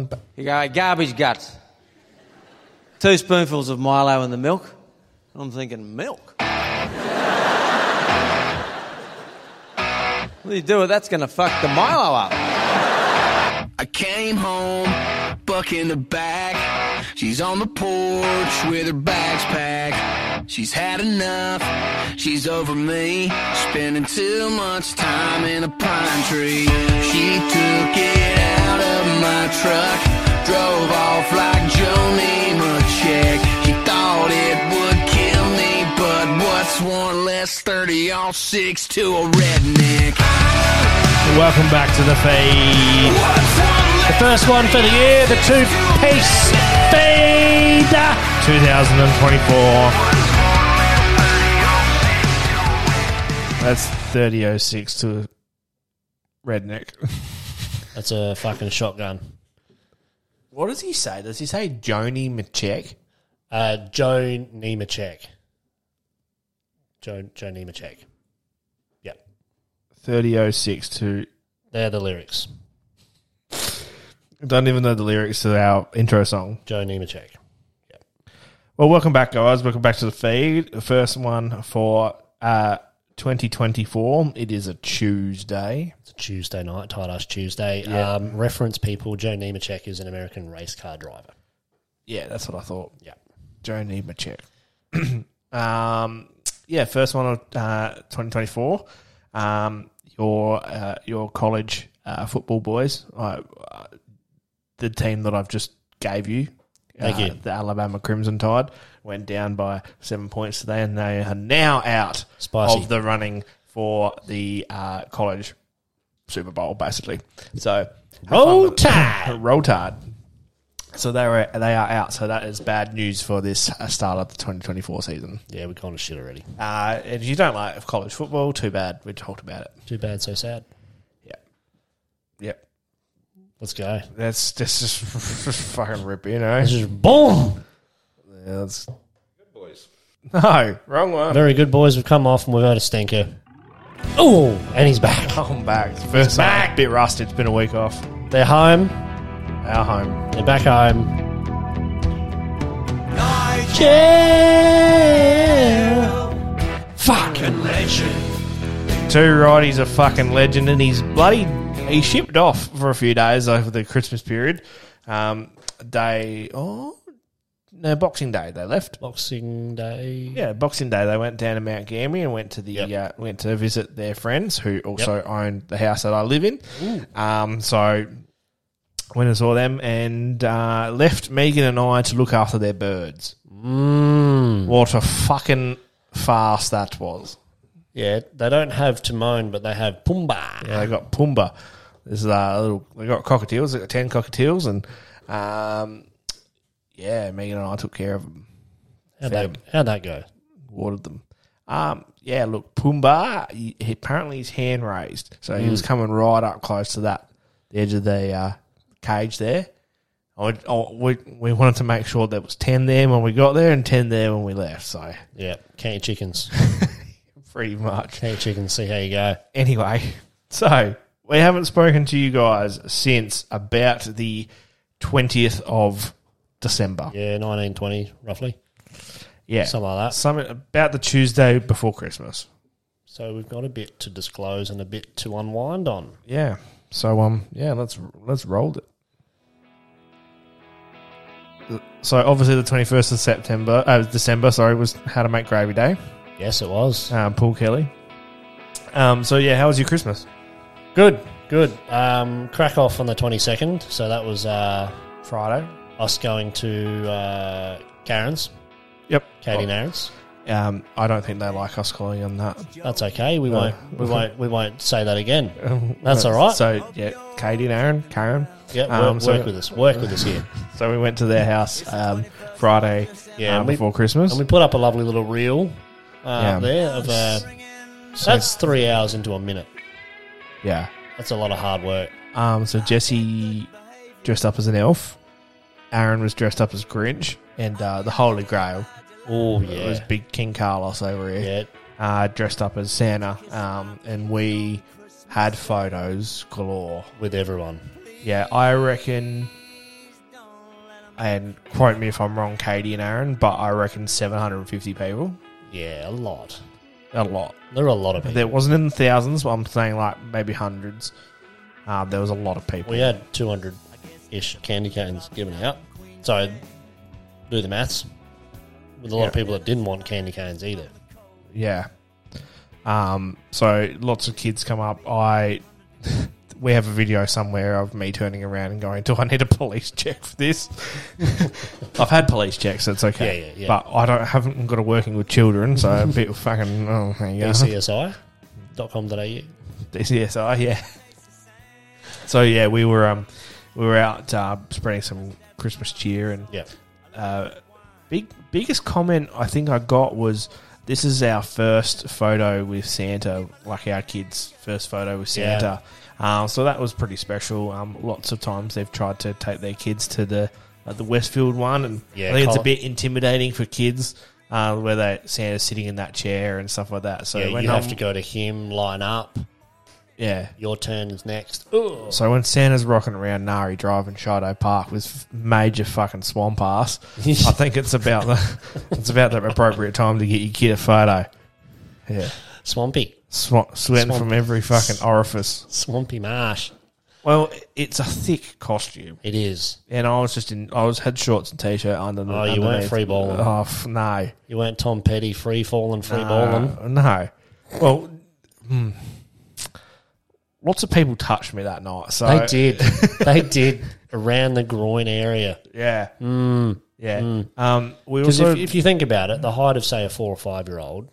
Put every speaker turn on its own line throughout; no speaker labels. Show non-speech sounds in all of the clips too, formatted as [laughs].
You go, "Hey, garbage guts. Two spoonfuls of Milo in the milk. I'm thinking, milk? what do you do with that's going to fuck the Milo up?
I came home, buck in the back. She's on the porch with her bags packed. She's had enough, she's over me. Spending too much time in a pine tree. She took it out of my truck, drove off like Joni Machick. She thought it would kill me, but what's one less 30 off six to a redneck?
Welcome back to the feed.
What's one less
The first one for the year, the two piece feed 2024. That's 3006 to Redneck.
That's a fucking shotgun.
What does he say? Does he say Joni Machek?
Uh, Joe Nemechek. Joe, Joe Nemechek. Yep.
3006 to.
They're the lyrics.
I don't even know the lyrics to our intro song.
Joe Nemechek.
Well, welcome back, guys. Welcome back to the feed. The first one for uh, 2024. It is a Tuesday.
It's a Tuesday night, tight ass Tuesday. Um, reference people, Joe Nemechek is an American race car driver.
Yeah, that's what I thought.
Yeah.
Don't need my check. um, yeah, first one of uh, 2024. Um, your uh, your college uh, football boys, I, uh, the team that I've just gave you,
Thank
uh,
you.
the Alabama Crimson Tide, went down by seven points today, and they are now out
Spicy.
of the running for the uh, college Super Bowl, basically. So have fun
Roll
with- [laughs]
Tide.
Roll Tide. So they were they are out. So that is bad news for this uh, start of the 2024 season.
Yeah, we're going to shit already.
Uh, if you don't like college football, too bad. We talked about it.
Too bad, so sad.
Yep,
Let's go.
that's that's just [laughs] fucking rip, you know.
This is boom.
That's good boys. No, wrong one.
Very good, boys. We've come off and we've had a stinker. Oh, and he's back.
Come back. First back. bit rusty. It's been a week off.
They're home.
Our home.
They're back home.
Fucking legend. Two righties a fucking legend, and he's bloody. He shipped off for a few days over the Christmas period. Um, day oh no, Boxing Day they left.
Boxing Day.
Yeah, Boxing Day they went down to Mount Gambier and went to the uh, went to visit their friends who also own the house that I live in. Um, so went and saw them and uh, left Megan and I to look after their birds.
Mm.
What a fucking fast that was!
Yeah, they don't have Timon, but they have Pumbaa.
Yeah, they got Pumba. This is our little. They got cockatiels. They got ten cockatiels, and um, yeah, Megan and I took care of them,
How'd that, how'd that go?
watered them. Um, yeah, look, Pumba. He, he- apparently, he's hand raised, so he was
Mm.
coming right up close to that the edge of the uh, cage there. I would- I- we we wanted to make sure there was ten there when we got there and ten there when we left. So
Yeah, can't eat [laughs] chickens.
pretty much.
Can't eat chickens. See how you go.
Anyway, [laughs] so we haven't spoken to you guys since about the 20th of December. Yeah.
Yeah, nineteen twenty roughly, something like that.
Something about the Tuesday before Christmas.
So we've got a bit to disclose and a bit to unwind on.
Yeah. So um yeah, let's let's roll it. So obviously the 21st of September, uh, December, sorry, was how to make gravy day.
Yes, it was
Um, Paul Kelly. Um, so yeah, how was your Christmas?
good. Good. Um, crack off on the twenty second. So that was uh,
Friday.
us going to uh, Karen's,
Yep.
Katie and Aaron's.
Um, I don't think they like us calling them that.
That's okay. We won't. [laughs] We won't. We won't say that again. [laughs] That's all right.
So yeah, Katie and Aaron, Karen.
yeah, work,
um, so-
work with us. Work with us here.
So we went to their house um, Friday
[laughs]
uh,
Yeah, and Um, we-
before Christmas.
And we put up a lovely little reel uh,
Yeah.
there of uh, that's three hours into a minute.
yeah.
That's a lot of hard work.
Um, so Jesse dressed up as an elf. Aaron was dressed up as Grinch, and uh, the Holy Grail
Oh
it was
yeah,
Big King Carlos over here.
yeah.
Uh, dressed up as Santa, um, and we had photos galore.
With everyone,
Yeah, I reckon and quote me if I'm wrong, Katie and Aaron, but I reckon 750 people.
Yeah, a lot.
A lot.
There are a lot of people.
There wasn't in the thousands, but I'm saying like maybe hundreds. Um, there was a lot of people.
We had 200 ish candy canes given out. So do the maths. With a lot of
Yeah.
people that didn't want candy canes either.
Yeah. Um, so lots of kids come up. I [laughs] we have a video somewhere of me turning around and going, "Do I need a police check for this?" [laughs] I've had police checks. It's okay.
Yeah, yeah, yeah.
But I don't haven't got a working with children, so a bit of fucking oh, there you go.
DCSI.com.au.
DCSI, yeah. So yeah, we were um we were out uh, spreading some Christmas cheer and
Yeah.
uh, big biggest comment I think I got was this is our first photo with Santa, like our kids' first photo with
Yeah.
Santa. Um, so that was pretty special. Um, lots of times they've tried to take their kids to the uh, the Westfield one, and
Yeah,
I think it's a
Colin-
bit intimidating for kids uh, where they Santa's sitting in that chair and stuff like that. So
Yeah,
when
you have
I'm-
to go to him, line up.
yeah.
Your turn is next. Ooh.
So when Santa's rocking around Nari Drive and Shido Park with f- major fucking swamp ass, I think it's about
[laughs]
the it's about the appropriate time to get your kid a photo. Yeah,
Swampy.
Swa- sweating
Swamp.
from every fucking orifice.
Swampy marsh.
Well, it's a thick costume,
It is.
and I was just in I was had shorts and t shirt under.
Oh, you weren't
underneath.
free balling.
Oh f- no,
You weren't Tom Petty free falling, free balling.
Uh, no. Well, hmm. lots of people touched me that night. So [laughs]
They did. they did around the groin area.
Yeah. Yeah. Um, we
Because
also
Hmm. if, if you think about it, the height of, say, a four or five year old,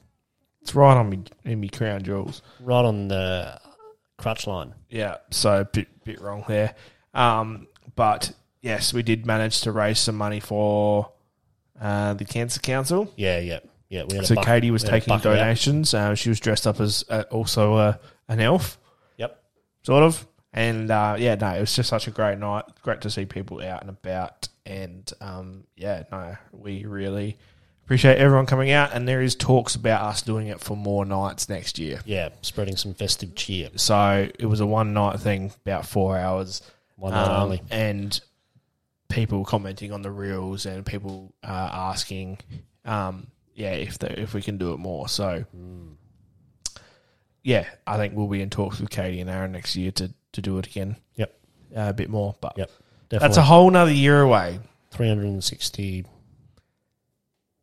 It's right on me in me crown jewels.
right on the crutch line.
Yeah, so bit bit wrong there. Um, but yes, we did manage to raise some money for uh, the cancer council.
Yeah, yeah, yeah. We had
So
a buck-
Katie was
we had a
taking
buck out.
donations. Uh, she was dressed up as uh, also uh, an elf,
Yep.
sort of. And uh, yeah, no, it was just such a great night. Great to see people out and about. And um, yeah, no, we really appreciate everyone coming out. And there is talks about us doing it for more nights next year.
Yeah, spreading some festive cheer.
So it was a one night thing, about four hours.
One night
Um,
only.
And people commenting on the reels and people uh, asking, um, yeah, if the, if we can do it more. So,
Hmm.
yeah, I think we'll be in talks with Katie and Aaron next year to, to do it again
Yep,
uh, a bit more. But
yep.
that's a
Definitely.
whole nother year away.
That's a 360,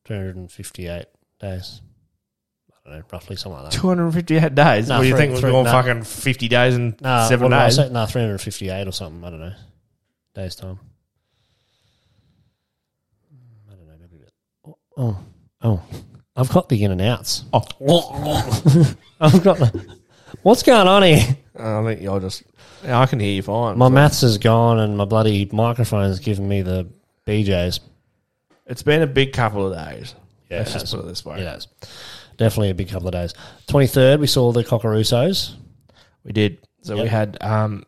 358 days. I don't know, roughly
[laughs]
something like that.
258 days.
Nah,
what do you
three-
think? We're
three-
going
nah.
fucking 50 days and
Nah,
seven
what did I
days.
say? Nah, 358 or something. I don't know. Days time. I don't know. Maybe. a bit- Oh, oh. I've got the in and outs.
Oh.
[laughs] I've got the. What's going on here?
I think you're just. I can hear you fine.
My maths is gone and my bloody microphone's giving me the BJs.
It's been a big couple of days.
Yeah,
Let's just
that's-
put it this way.
It has. Definitely a big couple of days. 23rd, we saw the Cockeroosos.
We did. So we
Yep.
had um,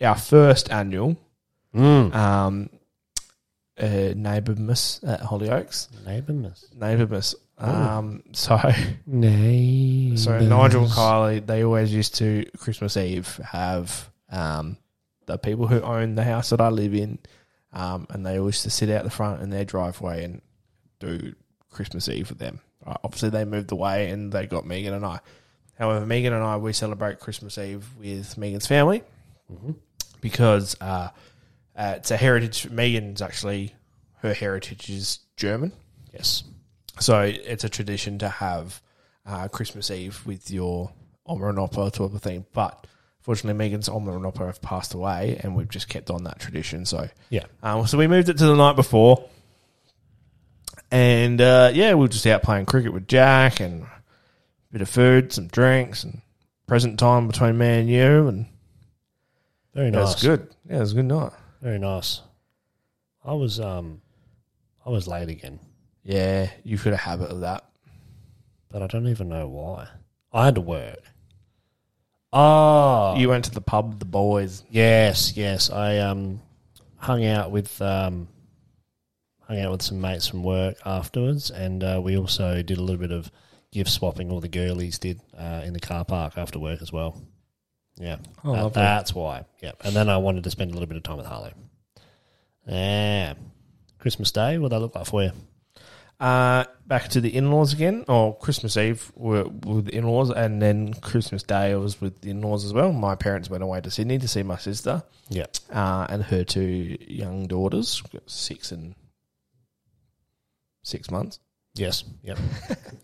our first annual
Mm.
um, uh, Neighbourmas at Hollyoaks.
Neighbourmas.
Neighbourmas. Um, [laughs] so
Neighbourmas.
so Nigel and Kylie, they always used to, Christmas Eve, have um, the people who own the house that I live in, um, and they always used to sit out the front in their driveway and do Christmas Eve with them. Uh, Obviously, they moved away and they got Megan and I. However, Megan and I, we celebrate Christmas Eve with Megan's family because uh, uh, it's a heritage. Megan's actually, her heritage is German.
Yes.
So it's a tradition to have uh, Christmas Eve with your Oma and Opa type of thing. But fortunately, Megan's Oma and Opa have passed away, and we've just kept on that tradition. So
Yeah.
um, so we moved it to the night before, and uh, yeah, we were just out playing cricket with Jack and a bit of food, some drinks, and present time between me and you, and
Very
that
nice.
was good. Yeah, it was a good night.
Very nice. I was um, I was late again,
Yeah, you've got a habit of that.
but I don't even know why. I had to work. Oh,
You went to the pub with the boys.
yes, yes. I um, hung out with um, hung out with some mates from work afterwards, and uh, we also did a little bit of gift swapping. All the girlies did uh, in the car park after work as well. Yeah,
Oh, lovely.
that's why. Yeah, and then I wanted to spend a little bit of time with Harlow. Yeah, Christmas Day? What do they look like for you?
Uh, back to the in laws again, or Christmas Eve were with the in laws, and then Christmas Day I was with the in laws as well. My parents went away to Sydney to see my sister
Yeah.
uh, and her two young daughters, got six and six months.
Yes. Yep.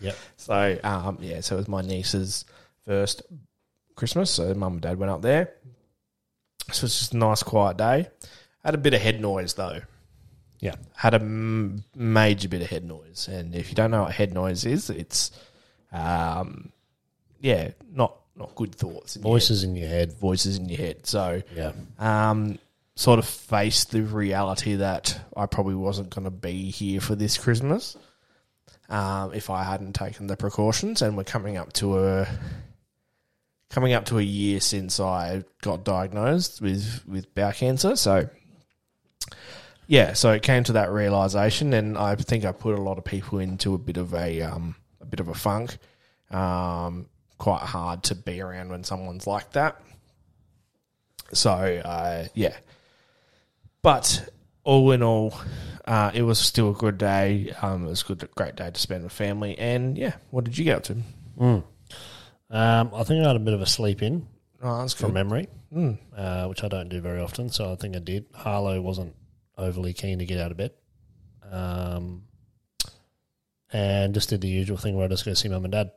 yep.
So um, yeah, so it was my niece's first Christmas. So mum and dad went up there. So it's just a nice quiet day. Had a bit of head noise though.
Yeah.
Had a m- major bit of head noise, and if you don't know what head noise is, it's um, yeah, not not good thoughts, in your head,
Voices in your head.
voices in your head. So
Yeah.
um, sort of face the reality that I probably wasn't going to be here for this Christmas um, if I hadn't taken the precautions. And we're coming up to a coming up to a year since I got diagnosed with with bowel cancer. So yeah, so it came to that realization, and I think I put a lot of people into a bit of a um, a bit of a funk. Um, quite hard to be around when someone's like that. So uh, yeah, but all in all, uh, it was still a good day. Um, it was a good, great day to spend with family. And yeah, what did you get up to?
Hmm. Um, I think I had a bit of a sleep in
Oh, that's
from
good.
memory,
Hmm.
uh, which I don't do very often. So I think I did. Harlow wasn't overly keen to get out of bed. Um, and just did the usual thing where I just go see mum and dad.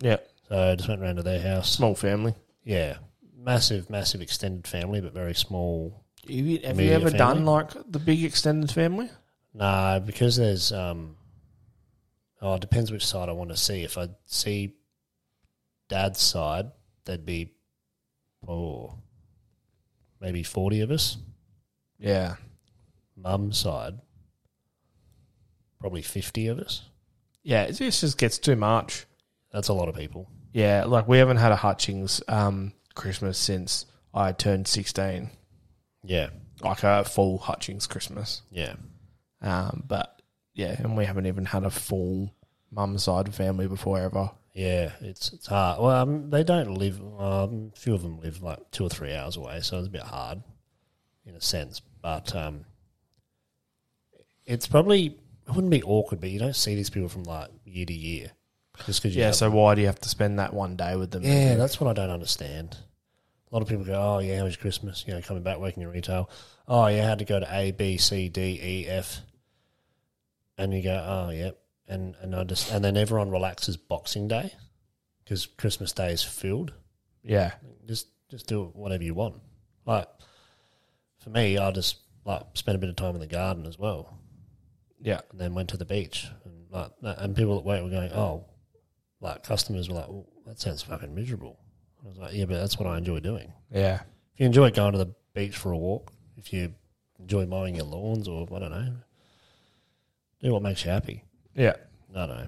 Yeah,
So I just went round to their house.
small family.
Yeah. Massive, massive extended family, but very small
Have you, have you
Immediate
ever
family?
done like the big extended family?
Nah, because there's um oh it depends which side I want to see. If I see dad's side, there'd be oh maybe forty of us.
Yeah,
Mum's side probably fifty of us.
yeah. It just, just gets too much.
That's a lot of people.
Yeah, like we haven't had a Hutchings um, Christmas since I turned sixteen,
Yeah.
like a full Hutchings Christmas.
Yeah.
Um, but yeah, and we haven't even had a full mum side family before ever.
Yeah, it's it's hard. Well, um, they don't live. Um, a few of them live like two or three hours away, so it's a bit hard, in a sense. But um, it's probably it wouldn't be awkward, but you don't see these people from like year to year, just because.
Yeah, so why do you have to spend that one day with them?
yeah, that's what I don't understand. A lot of people go, "Oh yeah, how was your Christmas?" You know, coming back working in retail. Oh yeah, I had to go to A, B, C, D, E, F, and you go, "Oh yep," and and I just and then everyone relaxes Boxing Day because Christmas Day is filled
Yeah.
just just do whatever you want. Like for me, I just like spent a bit of time in the garden as well,
Yeah.
and then went to the beach. And like that- and people at work were going, oh, like customers were like, well, that sounds fucking miserable. I was like, yeah, but that's what I enjoy doing.
Yeah.
If you enjoy going to the beach for a walk, if you enjoy mowing your lawns, or I don't know, do what makes you happy.
Yeah.
No, no.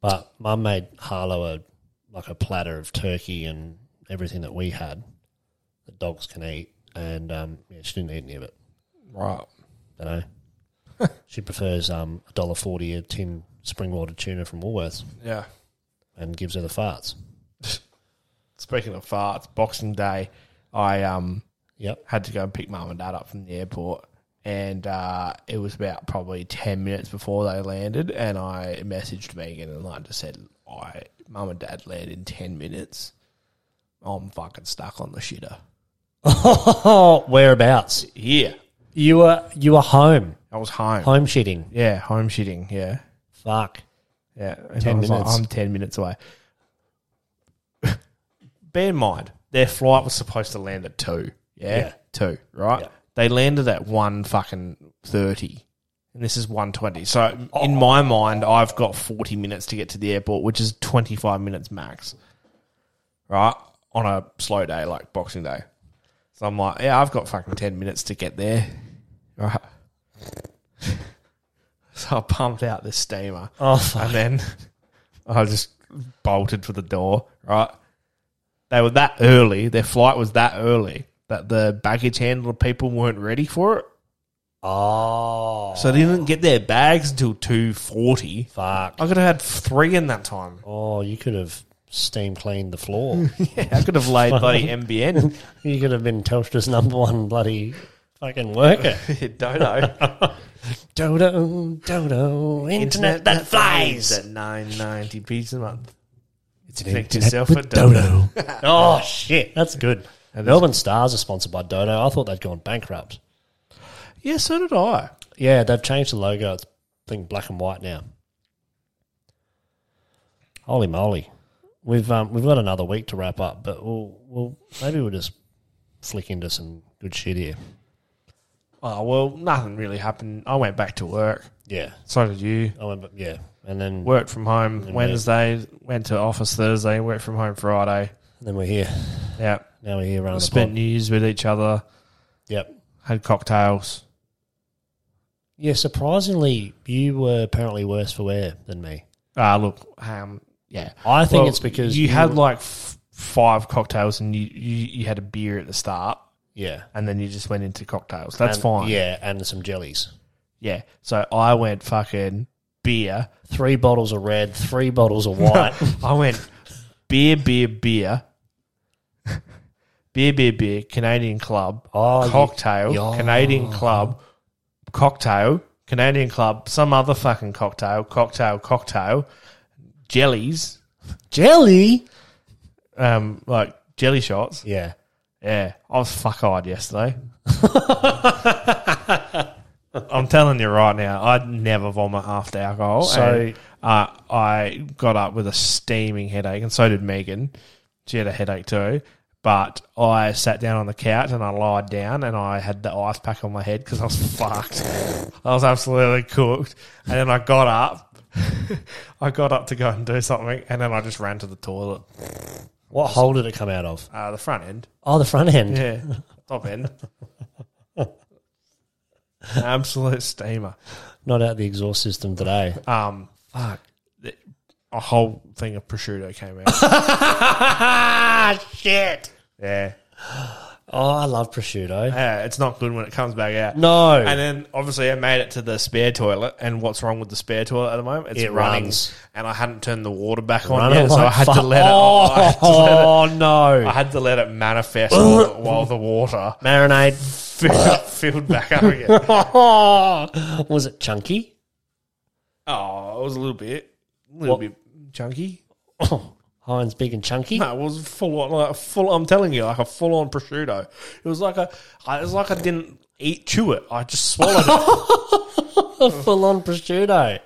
But Mum made Harlow a like a platter of turkey and everything that we had that dogs can eat, and um, yeah, she didn't eat any of it.
Right.
You [laughs] know, she prefers um a dollar forty a tin spring water tuna from Woolworths
Yeah.
and gives her the farts.
Speaking of farts, Boxing Day, I um
[laughs] Yep.
had to go and pick mum and dad up from the airport. And uh, it was about probably 10 minutes before they landed. And I messaged Megan and like just said, I, mum and dad land in 10 minutes. I'm fucking stuck on the shitter.
Whereabouts?
Yeah.
You were you were home,
I was home.
home shitting.
Yeah. Home shitting. Yeah.
Fuck.
Yeah, and
10
I was like,
minutes.
I'm ten minutes away. [laughs] Bear in mind, their flight was supposed to land at two. Yeah,
Yeah.
two. Right?
Yeah.
They landed at one fucking thirty, and this is one twenty. So
Oh.
in my mind, I've got forty minutes to get to the airport, which is twenty five minutes max. Right on a slow day like Boxing Day, so I'm like, yeah, I've got fucking ten minutes to get there. [laughs] Right. So I pumped out this steamer.
Oh, fuck.
And then [laughs] I just bolted for the door, right? They were that early, their flight was that early that the baggage handler people weren't ready for it.
[laughs] Oh,
So they didn't get their bags until 2.40.
fuck.
I could have had three in that [laughs] time.
Oh, you could have steam cleaned the floor. [laughs]
Yeah, I could have laid bloody MBN. [laughs]
You could have been Telstra's number one bloody Fucking work [laughs] it.
Dodo.
Dodo, Dodo, internet that flies.
At 990 beats a month.
It's
Think yourself a
with
Dodo.
[laughs] oh, shit. That's good. Melbourne Stars are sponsored by Dodo. I thought they'd gone bankrupt.
Yeah, so did I.
Yeah, they've changed the logo. It's I think black and white now. Holy moly, we've um, we've got another week to wrap up, but we'll we'll maybe we'll just flick into some good shit here.
Oh, well, nothing really happened. I went back to work.
Yeah,
So did you.
I went, yeah, Oh, and then
Worked from home Wednesday, went to office Thursday, worked from home Friday.
then we're here.
Yeah.
Now we're here running the
Spent
pod.
news with each other,
Yep.
had cocktails.
Yeah, surprisingly, you were apparently worse for wear than me.
Ah, look, um, yeah.
I think
Well,
it's because
you, had
were-
like f- five cocktails and you, you, you had a beer at the start
yeah,
and then you just went into cocktails. That's
And-
fine.
Yeah, and some jellies.
Yeah. So I went fucking beer.
Three bottles of red, three bottles of white.
[laughs] I went beer, beer, beer. beer, beer, beer, Canadian club,
Oh, you-
cocktail,
Yeah.
Canadian club, cocktail, Canadian club, some other fucking cocktail, cocktail, cocktail, jellies,
Jelly.
um, like jelly shots.
Yeah.
Yeah, I was fuck eyed yesterday. [laughs] I'm telling you right now, I'd never vomit after alcohol.
So-
and, uh, I got up with a steaming headache, and so did Megan. She had a headache too. But I sat down on the couch and I lied down, and I had the ice pack on my head because I was [laughs] fucked. I was absolutely cooked. And then I got up. [laughs] I got up to go and do something, and then I just ran to the toilet,
What hole did it come out of?
uh, the front end.
Oh, the front end.
Yeah, top end. Absolute steamer.
Not out the exhaust system today.
Um, fuck. The- A whole thing of prosciutto came out.
ah, [laughs] shit.
yeah.
Oh, I love prosciutto.
yeah, it's not good when it comes back out.
No.
uh, And then obviously I made it to the spare toilet. And what's wrong with the spare toilet at the moment? It's
It
running.
runs.
And I hadn't turned the water back on
Run
yet,
it
so I
like
had to
fuck.
let it. [laughs] I had to let it-
Oh,
I
[laughs] no.
had to let it manifest while, while the
[laughs]
water
Marinade.
[laughs] filled, filled back up again.
Was it
[laughs]
chunky?
Oh, it was a little bit, a little
What-
bit chunky.
Heinz big and chunky?
No, [laughs] it was full on, like a full. I'm telling you, like a full on prosciutto. It was like a, I- it was like I didn't eat chew it. I just swallowed [laughs] it.
Full on prosciutto.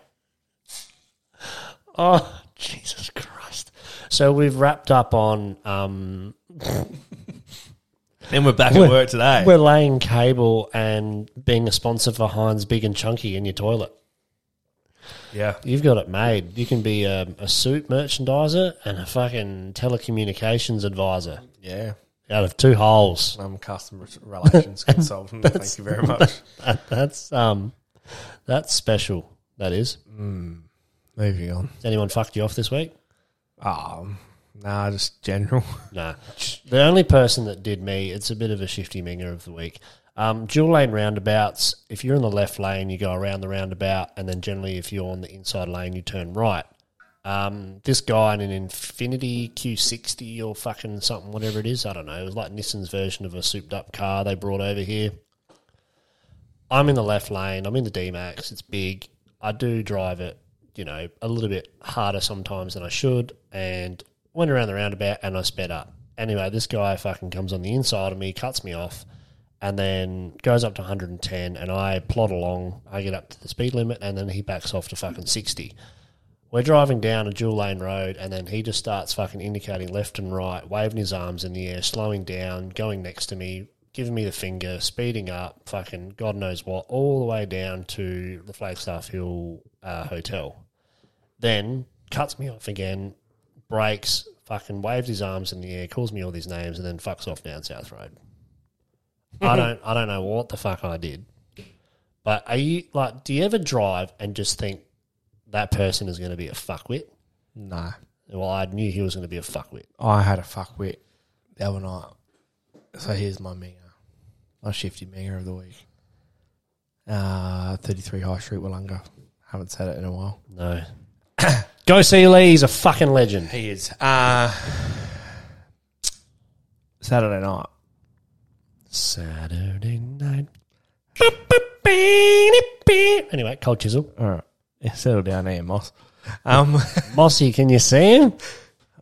Oh, Jesus Christ. So we've wrapped up on um,
And we're back at work today.
we're laying cable and being a sponsor for Heinz Big and Chunky in your toilet.
Yeah,
You've got it made. You can be a, a suit merchandiser and a fucking telecommunications advisor
yeah.
out of two holes.
I'm a customer [laughs] relations consultant. Thank you very much.
That, that's um, that's special. That is.
[laughs] Moving on.
Has anyone fucked you off this week?
Um, nah, just general. [laughs]
Nah. The only person that did me, it's a bit of a shifty minger of the week. Um, dual lane roundabouts, if you're in the left lane, you go around the roundabout, and then generally if you're on the inside lane, you turn right. Um, this guy in an Infinity Q60 or fucking something, whatever it is, I don't know. It was like Nissan's version of a souped up car they brought over here. I'm in the left lane. I'm in the D Max. It's big. I do drive it, you know, a little bit harder sometimes than I should. And went around the roundabout and I sped up. Anyway, this guy fucking comes on the inside of me, cuts me off, and then goes up to 110. And I plod along. I get up to the speed limit and then he backs off to fucking 60. We're driving down a dual lane road, and then he just starts fucking indicating left and right, waving his arms in the air, slowing down, going next to me, giving me the finger, speeding up, fucking God knows what, all the way down to the Flagstaff Hill uh, Hotel. Then cuts me off again, brakes, fucking waves his arms in the air, calls me all these names, and then fucks off down South Road. I don't, I don't know what the fuck I did. But are you like, do you ever drive and just think, that person is going to be a fuckwit.
No,
Well, I knew he was going to be a fuckwit.
I had a fuckwit the other night. So here's my minger, my shifty minger of the week. Uh, 33 High Street, Wollonga. Haven't said it in a while.
No. [coughs] Go see Lee. He's a fucking legend.
He is. Uh, Saturday night.
Saturday night. Anyway, cold chisel.
All right. Yeah, settle down here, Moss. Um, [laughs]
Mossy, can you see him?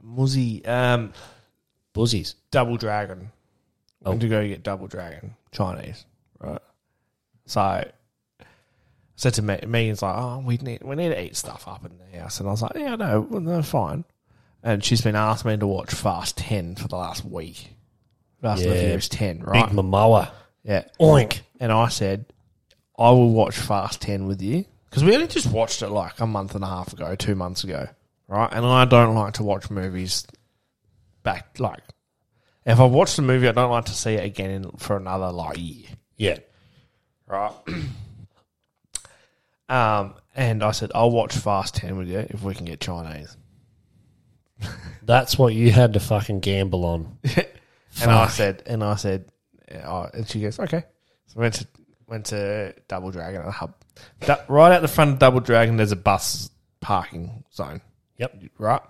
Muzzy, um,
Buzzies.
Double Dragon.
Oh.
Went to go get Double Dragon, Chinese, right? So I said to me, Megan's like, oh, we need we need to eat stuff up in the house, and I was like, yeah, no, well, no, fine. And she's been asking me to watch Fast Ten for the last week. Fast and the
Yeah.
Furious Ten, right?
Big Momoa.
yeah.
Oink.
And I said, I will watch Fast 10 with you. Because we only just watched it like a month and a half ago, two months ago. Right. And I don't like to watch movies back. Like, if I watch the movie, I don't like to see it again in, for another like year.
Yeah.
Right. [clears throat] um, and I said, I'll watch Fast 10 with you if we can get Chinese.
That's what you had to fucking gamble on.
And I said, and I said, yeah, I- and she goes, okay. So I went to went to Double Dragon at the hub. Du- right out the front of Double Dragon, there's a bus parking zone.
Yep.
Right,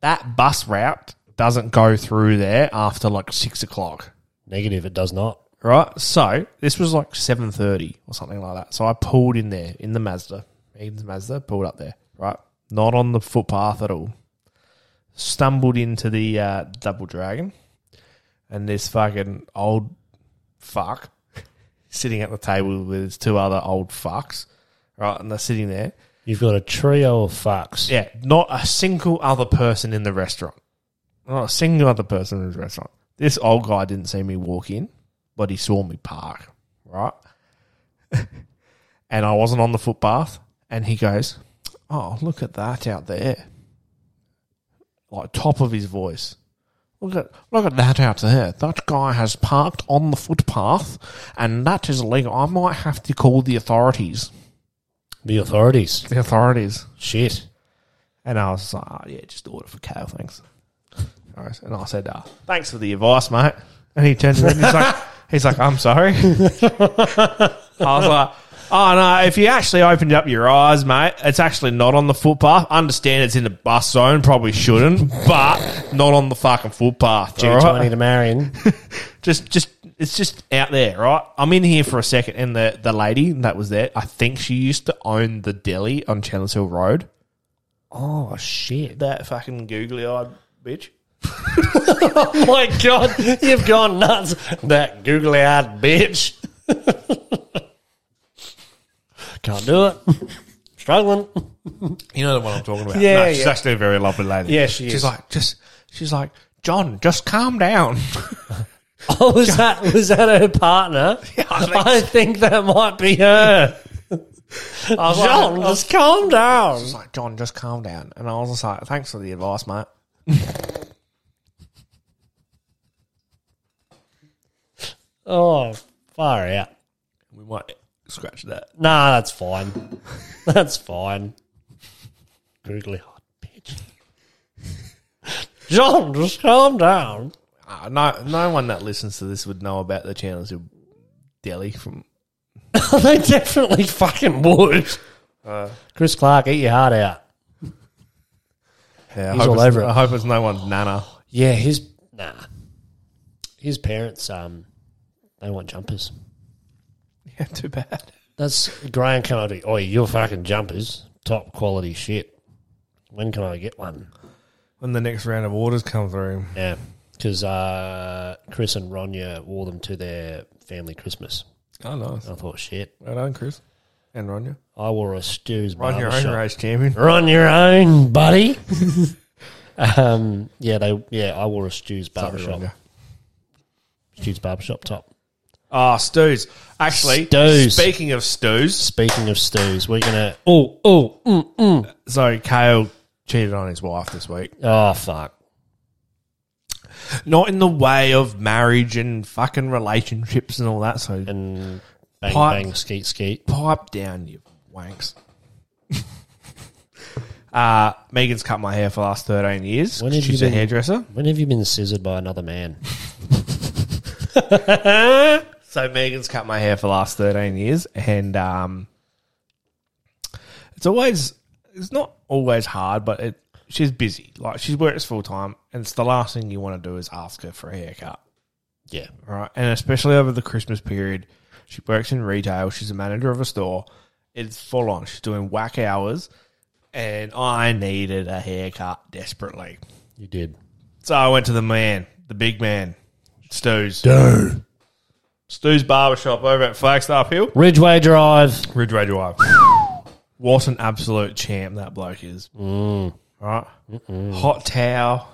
that bus route doesn't go through there after like six o'clock.
Negative, it does not.
Right, so this was like seven thirty or something like that. So I pulled in there in the Mazda, Eden's Mazda, pulled up there. Right, not on the footpath at all. Stumbled into the uh, Double Dragon, and this fucking old fuck [laughs] sitting at the table with his two other old fucks. Right, and they're sitting there.
You've got a trio of fucks.
Yeah, not a single other person in the restaurant. Not a single other person in the restaurant. This old guy didn't see me walk in, but he saw me park, right? [laughs] and I wasn't on the footpath. And he goes, Oh, look at that out there. Like, top of his voice. Look at, look at that out there. That guy has parked on the footpath, and that is illegal. I might have to call the authorities.
The authorities.
The authorities.
Shit.
And I was just like, oh, yeah, just order for Kale, thanks. [laughs] All right, And I said, uh, thanks for the advice, mate. And he turns around and he's like, [laughs] he's like, I'm sorry. [laughs] I was like, oh, no, if you actually opened up your eyes, mate, it's actually not on the footpath. Understand it's in the bus zone, probably shouldn't, but not on the fucking footpath. all
G20
right?
to Marion.
[laughs] just just it's just out there, right? I'm in here for a second, and the the lady that was there, I think she used to own the deli on Chandler's Hill Road.
oh, shit.
That fucking googly eyed bitch.
Oh, [laughs] my God. You've gone nuts. That googly eyed bitch. [laughs] Can't do it. Struggling. [laughs]
You know the one I'm talking [laughs] about.
Yeah,
No, she's
yeah.
actually a very lovely lady.
Yeah, she
she's
is.
like just she's like John, just calm down. [laughs]
Oh, was that was that her [laughs] partner?
I think
I think that might be [laughs] her.
I was
John,
like, I was
just calm down.
just like John, just calm down. And I was just like, thanks for the advice, mate.
Oh, far out.
We might scratch that.
Nah, that's fine. [laughs] That's fine. Googly hot bitch. [laughs] John, just calm down.
Uh, no, no one that listens to this would know about the channels of Delhi from.
[laughs] they definitely fucking would.
Uh,
Chris Clark, eat your heart out.
Yeah, I
He's
hope
all
it's-
over it.
I hope it's no one's nana.
Yeah, his nah. His parents, um, they want jumpers.
[laughs] Yeah, too bad.
That's Graham Kennedy. Oh, your fucking jumpers, top quality shit. When can I get one?
When the next round of orders come through,
Yeah, because uh, Chris and Ronya wore them to their family Christmas.
oh nice,
I thought, shit,
well done, Chris and Ronya.
I wore a Stu's
Run your own
barbershop.
race champion.
Run your
[laughs]
own, buddy. um, yeah, they. Yeah, I wore a Stu's barbershop.
Ronya.
Stu's barbershop top.
Ah, stews. Actually,
Stews.
Speaking of stews,
Speaking of Stu's, we're gonna. Oh, oh, mm.
so Kale cheated on his wife this week.
oh, fuck.
Not in the way of marriage and fucking relationships and all that. So
And Mm, bang,
Pipe.
bang, skeet, skeet.
pipe down, you wanks. [laughs] uh, Megan's cut my hair for the last thirteen years.
When have you
She's a
been-
hairdresser.
When have you been scissored by another man?
So Megan's cut my hair for the last thirteen years, and um, it's always it's not always hard, but it she's busy. Like she works full time, and it's the last thing you want to do is ask her for a haircut,
Yeah,
right? And especially over the Christmas period, She works in retail. She's a manager of a store. It's full on. She's doing whack hours, and I needed a haircut desperately.
You did.
So I went to the man, the big man, Stu's. Stu. Stu's barbershop over at Flagstaff Hill.
Ridgeway Drive.
Ridgeway Drive. what an absolute champ that bloke is.
Mm.
Right? Hot towel,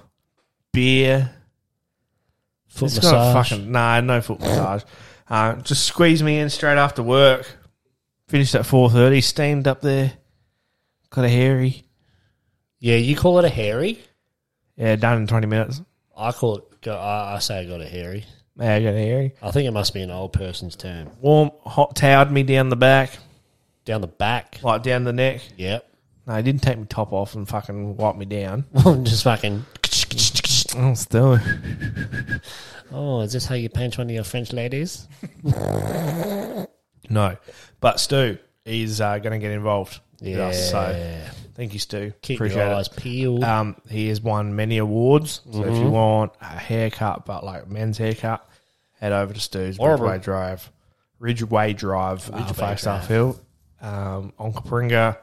beer.
Foot
It's
massage.
got a fucking nah, no foot massage. Uh, just squeezed me in straight after work. Finished at four thirty. Steamed up there. Got a hairy.
yeah, you call it a hairy.
Yeah, done in twenty minutes.
I call it. Go, I, I say I got a hairy.
Yeah, I got a hairy.
I think it must be an old person's term.
Warm, hot toweled me down the back,
Down the back.
like down the neck.
Yep. [laughs]
No, he didn't take my top off and fucking wipe me down.
Just fucking.
[laughs] Oh, still.
Oh, is this how you paint one of your French ladies?
No, but Stu is uh, going to get involved. Yeah. With us, so
Yeah.
thank you, Stu.
Keep
Appreciate
your
it.
eyes peeled.
Um, he has won many awards. So if you
Mm-hmm.
want a haircut, but like men's haircut, head over to Stu's
Horrible.
Ridgeway Drive, Ridgeway Drive, uh, Flagstaff Hill, um, on Capringa,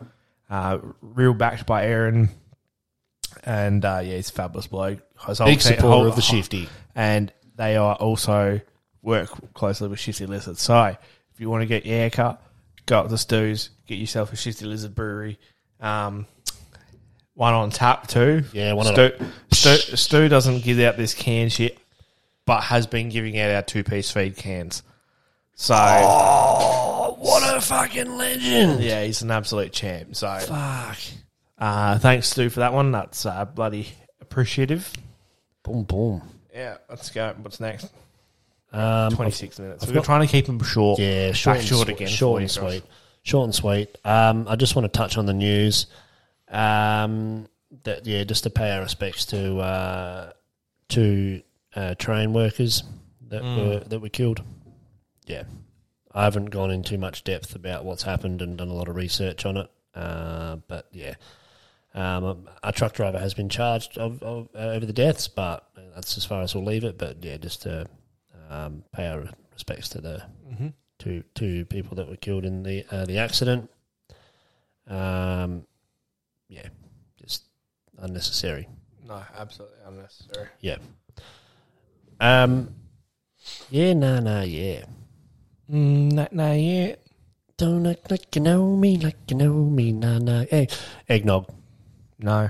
uh, real backed by Aaron. And uh, yeah, he's a fabulous bloke. His whole
Big
team-
supporter
whole-
of the shifty.
and they are also work closely with Shifty Lizard. So if you want to get your haircut, go up to Stu's, get yourself a Shifty Lizard brewery. Um, one on tap too.
Yeah, one on
Stu, Stu, Stu doesn't give out this can shit, but has been giving out our two piece feed cans. So
Oh. What a fucking legend!
yeah, he's an absolute champ. So
Fuck.
uh, thanks Stu for that one. That's uh, bloody appreciative.
Boom, boom.
Yeah, let's go. What's next?
Um,
Twenty six minutes. We're
got-
trying to keep them short.
Yeah,
Back
short, and
short
swe-
again.
Short
for
and
you guys.
sweet. Short and sweet. Um, I just want to touch on the news. Um, that yeah, just to pay our respects to uh, to uh, train workers that
Hmm.
were that were killed. Yeah, I haven't gone in too much depth about what's happened and done a lot of research on it. Uh, but yeah, um, a truck driver has been charged of, of, uh, over the deaths, but that's as far as we'll leave it. But yeah, just to um, pay our respects to the two two people that were killed in the uh, the accident. Um, yeah, just unnecessary.
No, absolutely unnecessary.
Yeah. Um. Yeah. Nah. Nah. Yeah.
Mm, no, no, yeah.
Don't act like you know me, like you know me. Nah. Nah. Egg. Eggnog.
No,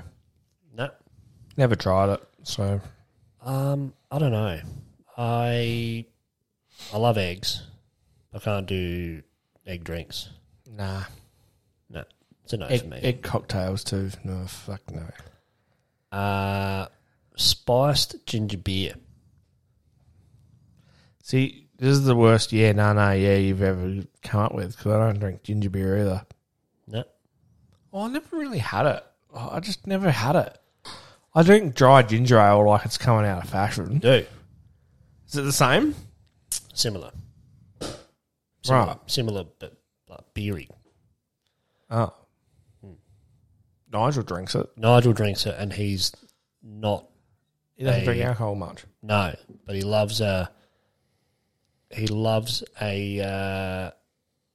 No.
never tried it. So
Um, I don't know. I I love eggs. I can't do egg drinks.
nah,
No, it's a no for
egg,
me.
egg cocktails too. No, fuck no.
Uh, spiced ginger beer.
See, this is the worst. Yeah, no, no, yeah, you've ever come up with because I don't drink ginger beer either.
No,
Well, I never really had it. I I just never had it. I drink dry ginger ale like it's coming out of fashion.
do
Is it the same?
similar, similar,
Right.
similar, but like beery.
Oh, Nigel drinks it.
Nigel drinks it, and he's not
He doesn't
Hey.
drink alcohol much.
No, but he loves a he loves a uh,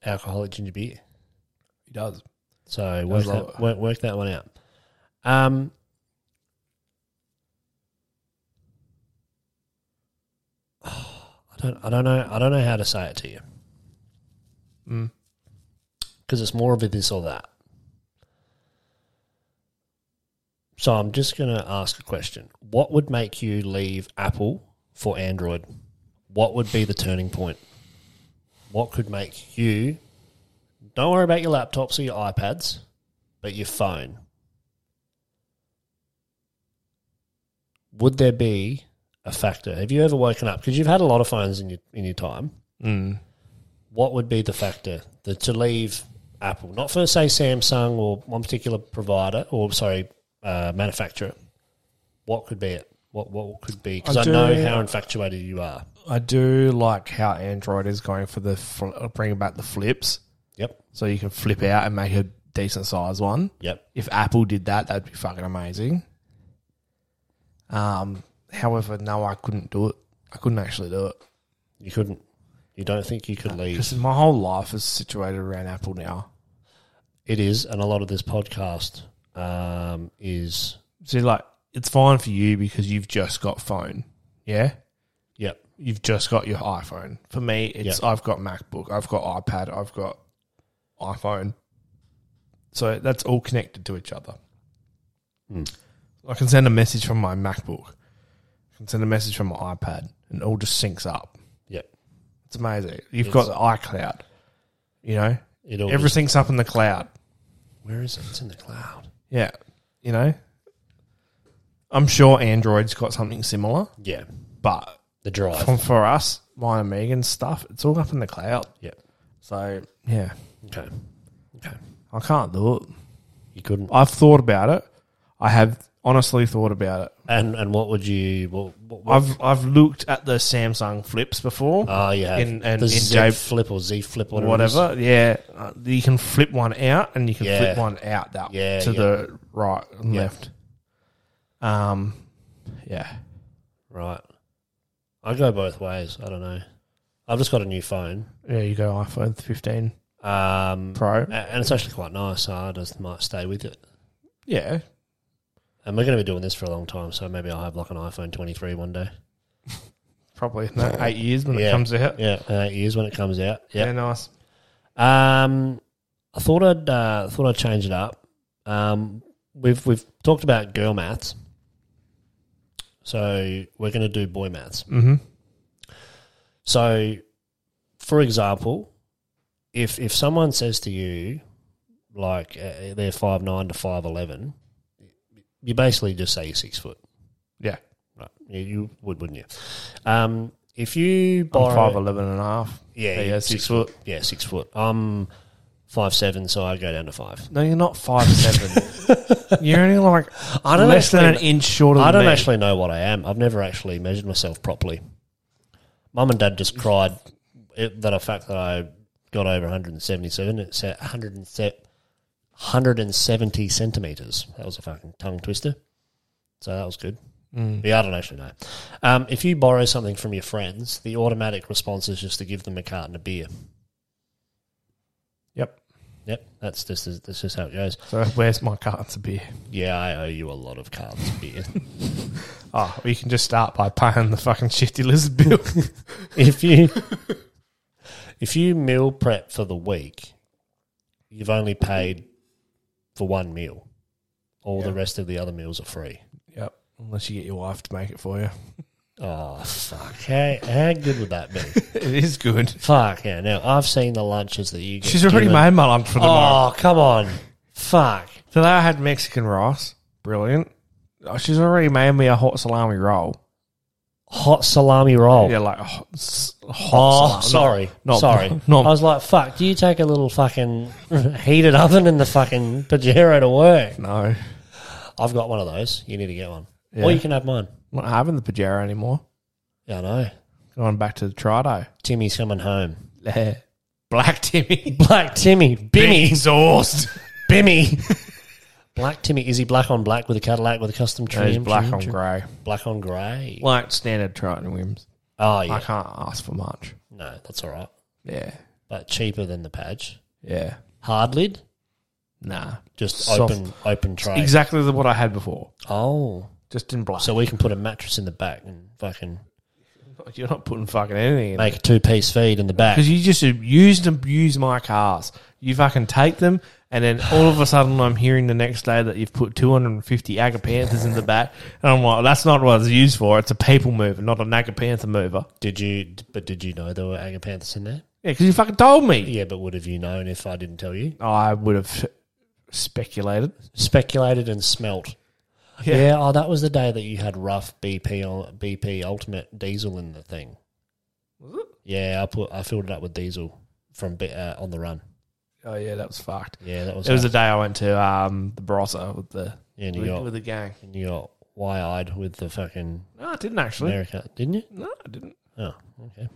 alcoholic ginger beer.
He does.
So work
love
that,
it.
work, work that one out. Um, I don't I don't know I don't know how to say it to you because it's more of a this or that. So I'm just gonna ask a question. What would make you leave Apple for Android? What would be the turning point? What could make you don't worry about your laptops or your iPads, but your phone. Would there be a factor? Have you ever woken up because you've had a lot of phones in your in your time?
Mm.
What would be the factor the, to leave Apple, not for say Samsung or one particular provider or sorry uh, manufacturer? What could be it? What what could be? Because
I
I,
do-
know how infatuated you are.
I do like how Android is going for the fl- bringing back the flips,
Yep,
so you can flip out and make a decent size one.
yep.
If Apple did that, that'd be fucking amazing. Um, however, no, I couldn't do it. I couldn't actually do it.
You couldn't. You don't think you could leave.
Because my whole life is situated around Apple now.
It is, and a lot of this podcast um, is,
So like, it's fine for you because you've just got phone. Yeah,
yep,
you've just got your iPhone. For me, it's
Yeah.
I've got MacBook, I've got iPad, I've got iPhone. So that's all connected to each other.
Hmm.
I can send a message from my MacBook. I can send a message from my iPad, and it all just syncs up.
yep.
It's amazing. You've got the iCloud. You know,
It all just-
everything's up in the cloud.
where is it? It's in the cloud.
Yeah, you know. I'm sure Android's got something similar,
Yeah,
but
the drive.
for, for us, mine and Megan's stuff, it's all up in the cloud.
yep.
So yeah,
Okay. Okay.
I can't do it.
You couldn't.
I've thought about it. I have honestly thought about it.
And and what would you? What, what, what-
I've I've looked at the Samsung flips before.
oh, you have
in- and
the
in
Z
J-
Flip or Z Flip, whatever. it is.
whatever. Yeah, uh, you can flip one out and you can
Yeah.
flip one out that
Yeah,
to
yeah.
the right and left. Um, yeah.
Right. I go both ways. I don't know. I've just got a new phone.
Yeah, you go iPhone 15
Um,
Pro.
a- And it's actually quite nice. So I just might stay with it.
Yeah,
And we're going to be doing this for a long time. So maybe I'll have like an iPhone 23 one day.
probably in that eight years when
yeah.
it comes out.
Yeah. in Eight years when it comes out.
Yeah,
Yeah.
nice.
Um, I thought I'd, uh, thought I'd change it up. Um, we've, we've talked about girl maths. So we're going to do boy maths.
Mm-hmm.
So, for example, if if someone says to you, like uh, they're five nine to five eleven, you basically just say you're six foot,
Yeah,
right? You, you would, wouldn't you? Um, if you
I'm
borrow,
five eleven and a half.
yeah,
yeah,
you're
six, foot.
yeah, six foot. I'm five seven, so I go down to five.
No, you're not five seven.
[laughs]
you're only like
I don't
less than an
actually-
inch shorter.
I
than
don't
me.
actually know what I am. I've never actually measured myself properly. Mum and dad just cried it, that a fact that I got over 177. It's at 107 170 centimeters. That was a fucking tongue twister. So that was good.
Mm.
But yeah, I don't actually know. Um, if you borrow something from your friends, the automatic response is just to give them a carton of beer.
Yep.
Yep, that's just that's just how it goes.
So where's my cartons of beer?
Yeah, I owe you a lot of cartons of beer.
Oh, well, you can just start by paying the fucking shifty lizard
[laughs]
bill.
[laughs] if you if you meal prep for the week, you've only paid for one meal. All the rest of the other meals are free.
yep. Unless you get your wife to make it for you. [laughs]
Oh fuck! How, how good
[laughs]
would that be?
It is good.
fuck yeah! Now I've seen the lunches that you. Get
She's already
given.
made my lunch for the morning.
Oh come on! Fuck!
Oh. Today I had Mexican rice. Brilliant. Oh, she's already made me a hot salami roll.
Hot salami roll.
Yeah, like a hot, s- hot
Oh,
salami.
sorry,
Not-
sorry.
[laughs] not-
I was like, "Fuck!" Do you take a little fucking [laughs] heated oven in the fucking Pajero to work?
No,
I've got one of those. You need to get one, or you can have mine.
not having the Pajero anymore.
Yeah, I know.
Going back to the Trido.
Timmy's coming home.
Black Timmy.
[laughs] Black Timmy. Bimmy.
Exhaust.
[laughs] Bimmy. black Timmy. Is he black on black with a Cadillac with a custom trim?
He's black
trim,
on
trim?
grey.
Black on grey.
Like standard Triton rims.
Oh,
I
yeah.
can't ask for much.
No, that's all right.
Yeah.
But cheaper than the patch.
Yeah.
Hard lid.
Nah.
Just
Soft.
open open tray.
Exactly the- what I had before.
Oh.
Just in black.
So we can put a mattress in the back and fucking
[laughs] You're not putting fucking anything in
make a two piece feed in the back.
Because you just abuse and abuse my cars. You fucking take them, and then all of a sudden, I'm hearing the next day that you've put 250 agapanthers in the back, and I'm like, that's not what it's used for. It's a people mover, not an agapanther mover.
Did you but did you know there were agapanthus in there?
Yeah, because you fucking told me.
Yeah, but would have you known if I didn't tell you?
I would have speculated.
Speculated and smelt. Yeah. Oh, that was the day that you had rough BP on BP Ultimate diesel in the thing. Yeah, I put I filled it up with diesel from B, uh, on the run.
Oh yeah, that was fucked.
Yeah, that was.
It was the
that.
day I went to um, the Barossa with the
Yeah, and you
with,
got-
with the gang.
and you got wide eyed with the fucking
No, I didn't actually.
America, didn't you?
No, I didn't.
Oh, okay. Have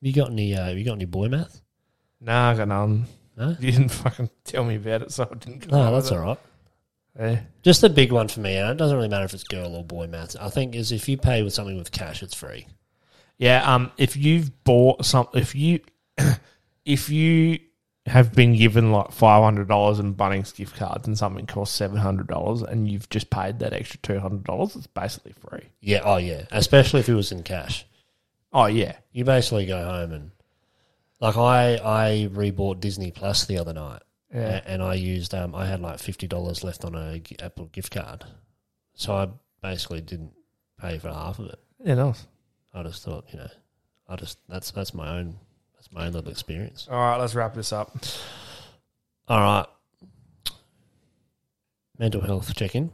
you got any? Uh, have you got any boy math?
No, I got none.
No?
[laughs] You didn't fucking tell me about it, so I didn't.
No, Oh, that's all right.
Yeah.
Just the big one for me, and it doesn't really matter if it's girl or boy maths. I think is if you pay with something with cash, it's free.
Yeah. Um. If you've bought some, if you, [coughs] if you have been given like five hundred dollars in Bunnings gift cards and something costs seven hundred dollars, and you've just paid that extra two hundred dollars, it's basically free.
Yeah. Oh, yeah. Especially if it was in cash.
Oh yeah.
You basically go home and like I I rebought Disney Plus the other night.
Yeah.
A- And I used um I had like fifty dollars left on a g- Apple gift card, so I basically didn't pay for half of it.
Yeah. Nice.
I just thought, you know, I just that's that's my own that's my own little experience.
All right. Let's wrap this up.
All right. Mental health check in.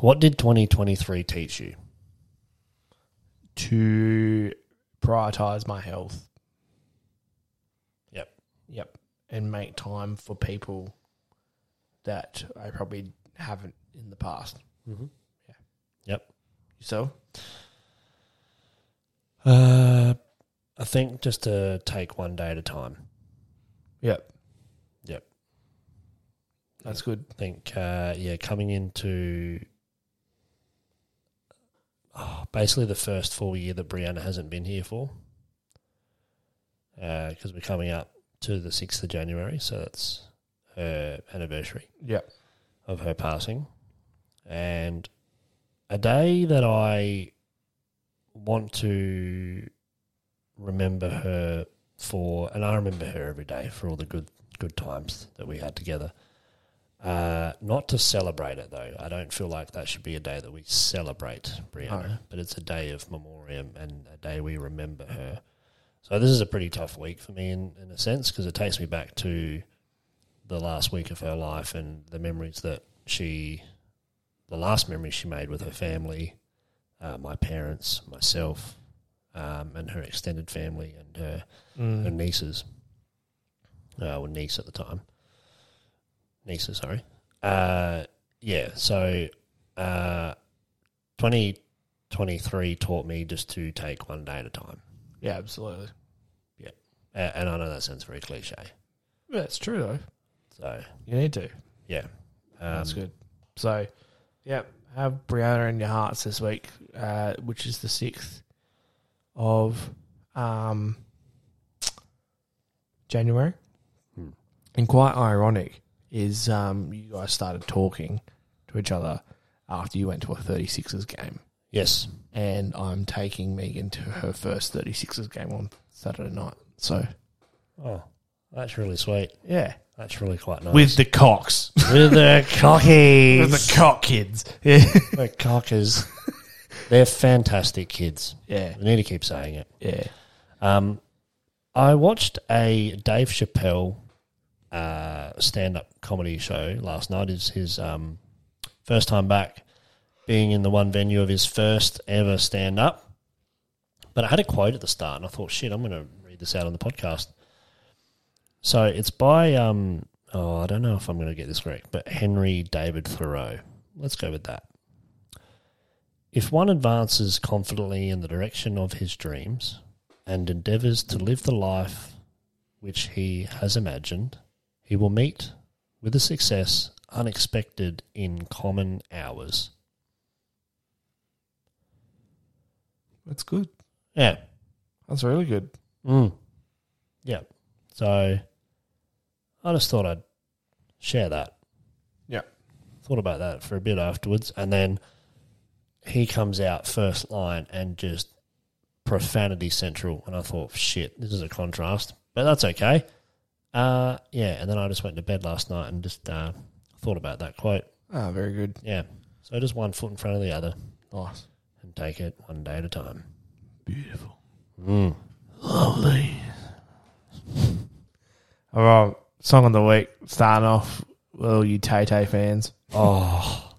What did 2023 teach you?
To prioritize my health.
Yep.
Yep. And make time for people that I probably haven't in the past.
Mm-hmm. Yep.
So,
Uh, I think just to take one day at a time.
yep.
Yep.
That's good.
I think, uh, yeah, coming into oh, basically the first full year that Brianna hasn't been here for, because we're coming up to the 6th of January, so that's her anniversary
Yep.
of her passing. And a day that I want to remember her for, and I remember her every day for all the good good times that we had together. Uh, not to celebrate it though. I don't feel like that should be a day that we celebrate Brianna, but it's a day of memoriam and a day we remember her. So this is a pretty tough week for me in, in a sense because it takes me back to the last week of her life and the memories that she, the last memories she made with her family, uh, my parents, myself, um, and her extended family and her,
Mm.
her nieces, uh, or niece at the time, nieces, sorry. Uh, yeah, so uh, 2023 taught me just to take one day at a time.
Yeah, absolutely.
Yeah. A- And I know that sounds very cliche.
That's true, though.
So,
You need to.
yeah. Um,
That's good. So, yep. Have Brianna in your hearts this week, uh, which is the 6th of um, January. Hmm. And quite ironic is um, you guys started talking to each other after you went to a 36ers game.
Yes.
and I'm taking Megan to her first 36ers game on Saturday night. So,
Oh, that's really sweet.
yeah.
That's really quite nice.
the cocks.
With
[laughs]
the
With
cockies.
the cock kids. Yeah.
the cockers. They're fantastic kids.
Yeah.
We need to keep saying it.
Yeah.
Um, I watched a Dave Chappelle uh, stand-up comedy show last night. Is his um, first time back, being in the one venue of his first ever stand-up. But I had a quote at the start, and I thought, "Shit, I'm going to read this out on the podcast." So it's by um, oh, I don't know if I'm going to get this correct, but Henry David Thoreau. Let's go with that. If one advances confidently in the direction of his dreams and endeavors to live the life which he has imagined, he will meet with a success unexpected in common hours.
That's good.
Yeah.
That's really good.
Mm. Yeah. So I just thought I'd share that.
Yeah.
thought about that for a bit afterwards, and then he comes out first line and just profanity central, and I thought, shit, this is a contrast, but that's okay. Uh, yeah, and then I just went to bed last night and just uh, thought about that quote.
Ah, very good.
Yeah, so just one foot in front of the other,
Nice.
and take it one day at a time.
Beautiful.
Mm.
Lovely. All right. Song of the week. Starting off with all you Tay Tay fans.
Oh,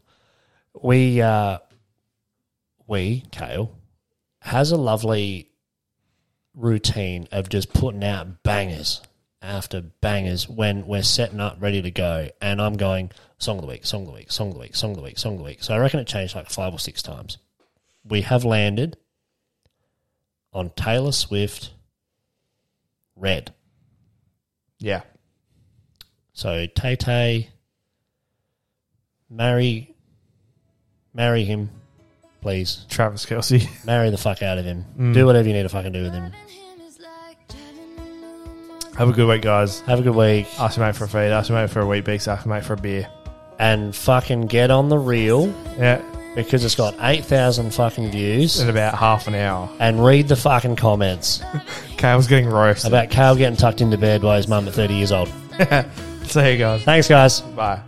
we uh, we Kale has a lovely routine of just putting out bangers after bangers when we're setting up ready to go, and I'm going song of the week, song of the week, song of the week, song of the week, song of the week. So I reckon it changed like five or six times. We have landed on Taylor Swift, Red.
Yeah.
So Tay Tay, marry, marry him, Please
Travis Kelsey.
marry the fuck out of him. Do whatever you need to fucking do with him.
[laughs] Have a good week, guys.
Have a good week
Ask your mate for a feed. Ask your mate for a wheat beaks. Ask your mate for a beer.
and fucking get on the reel
Yeah,
because it's got eight thousand fucking views.
in about half an hour.
And read the fucking comments
Kale's getting
[laughs]
roasted.
about Kale getting tucked into bed by his mum at 30 years old.
See you guys.
Thanks, guys.
Bye.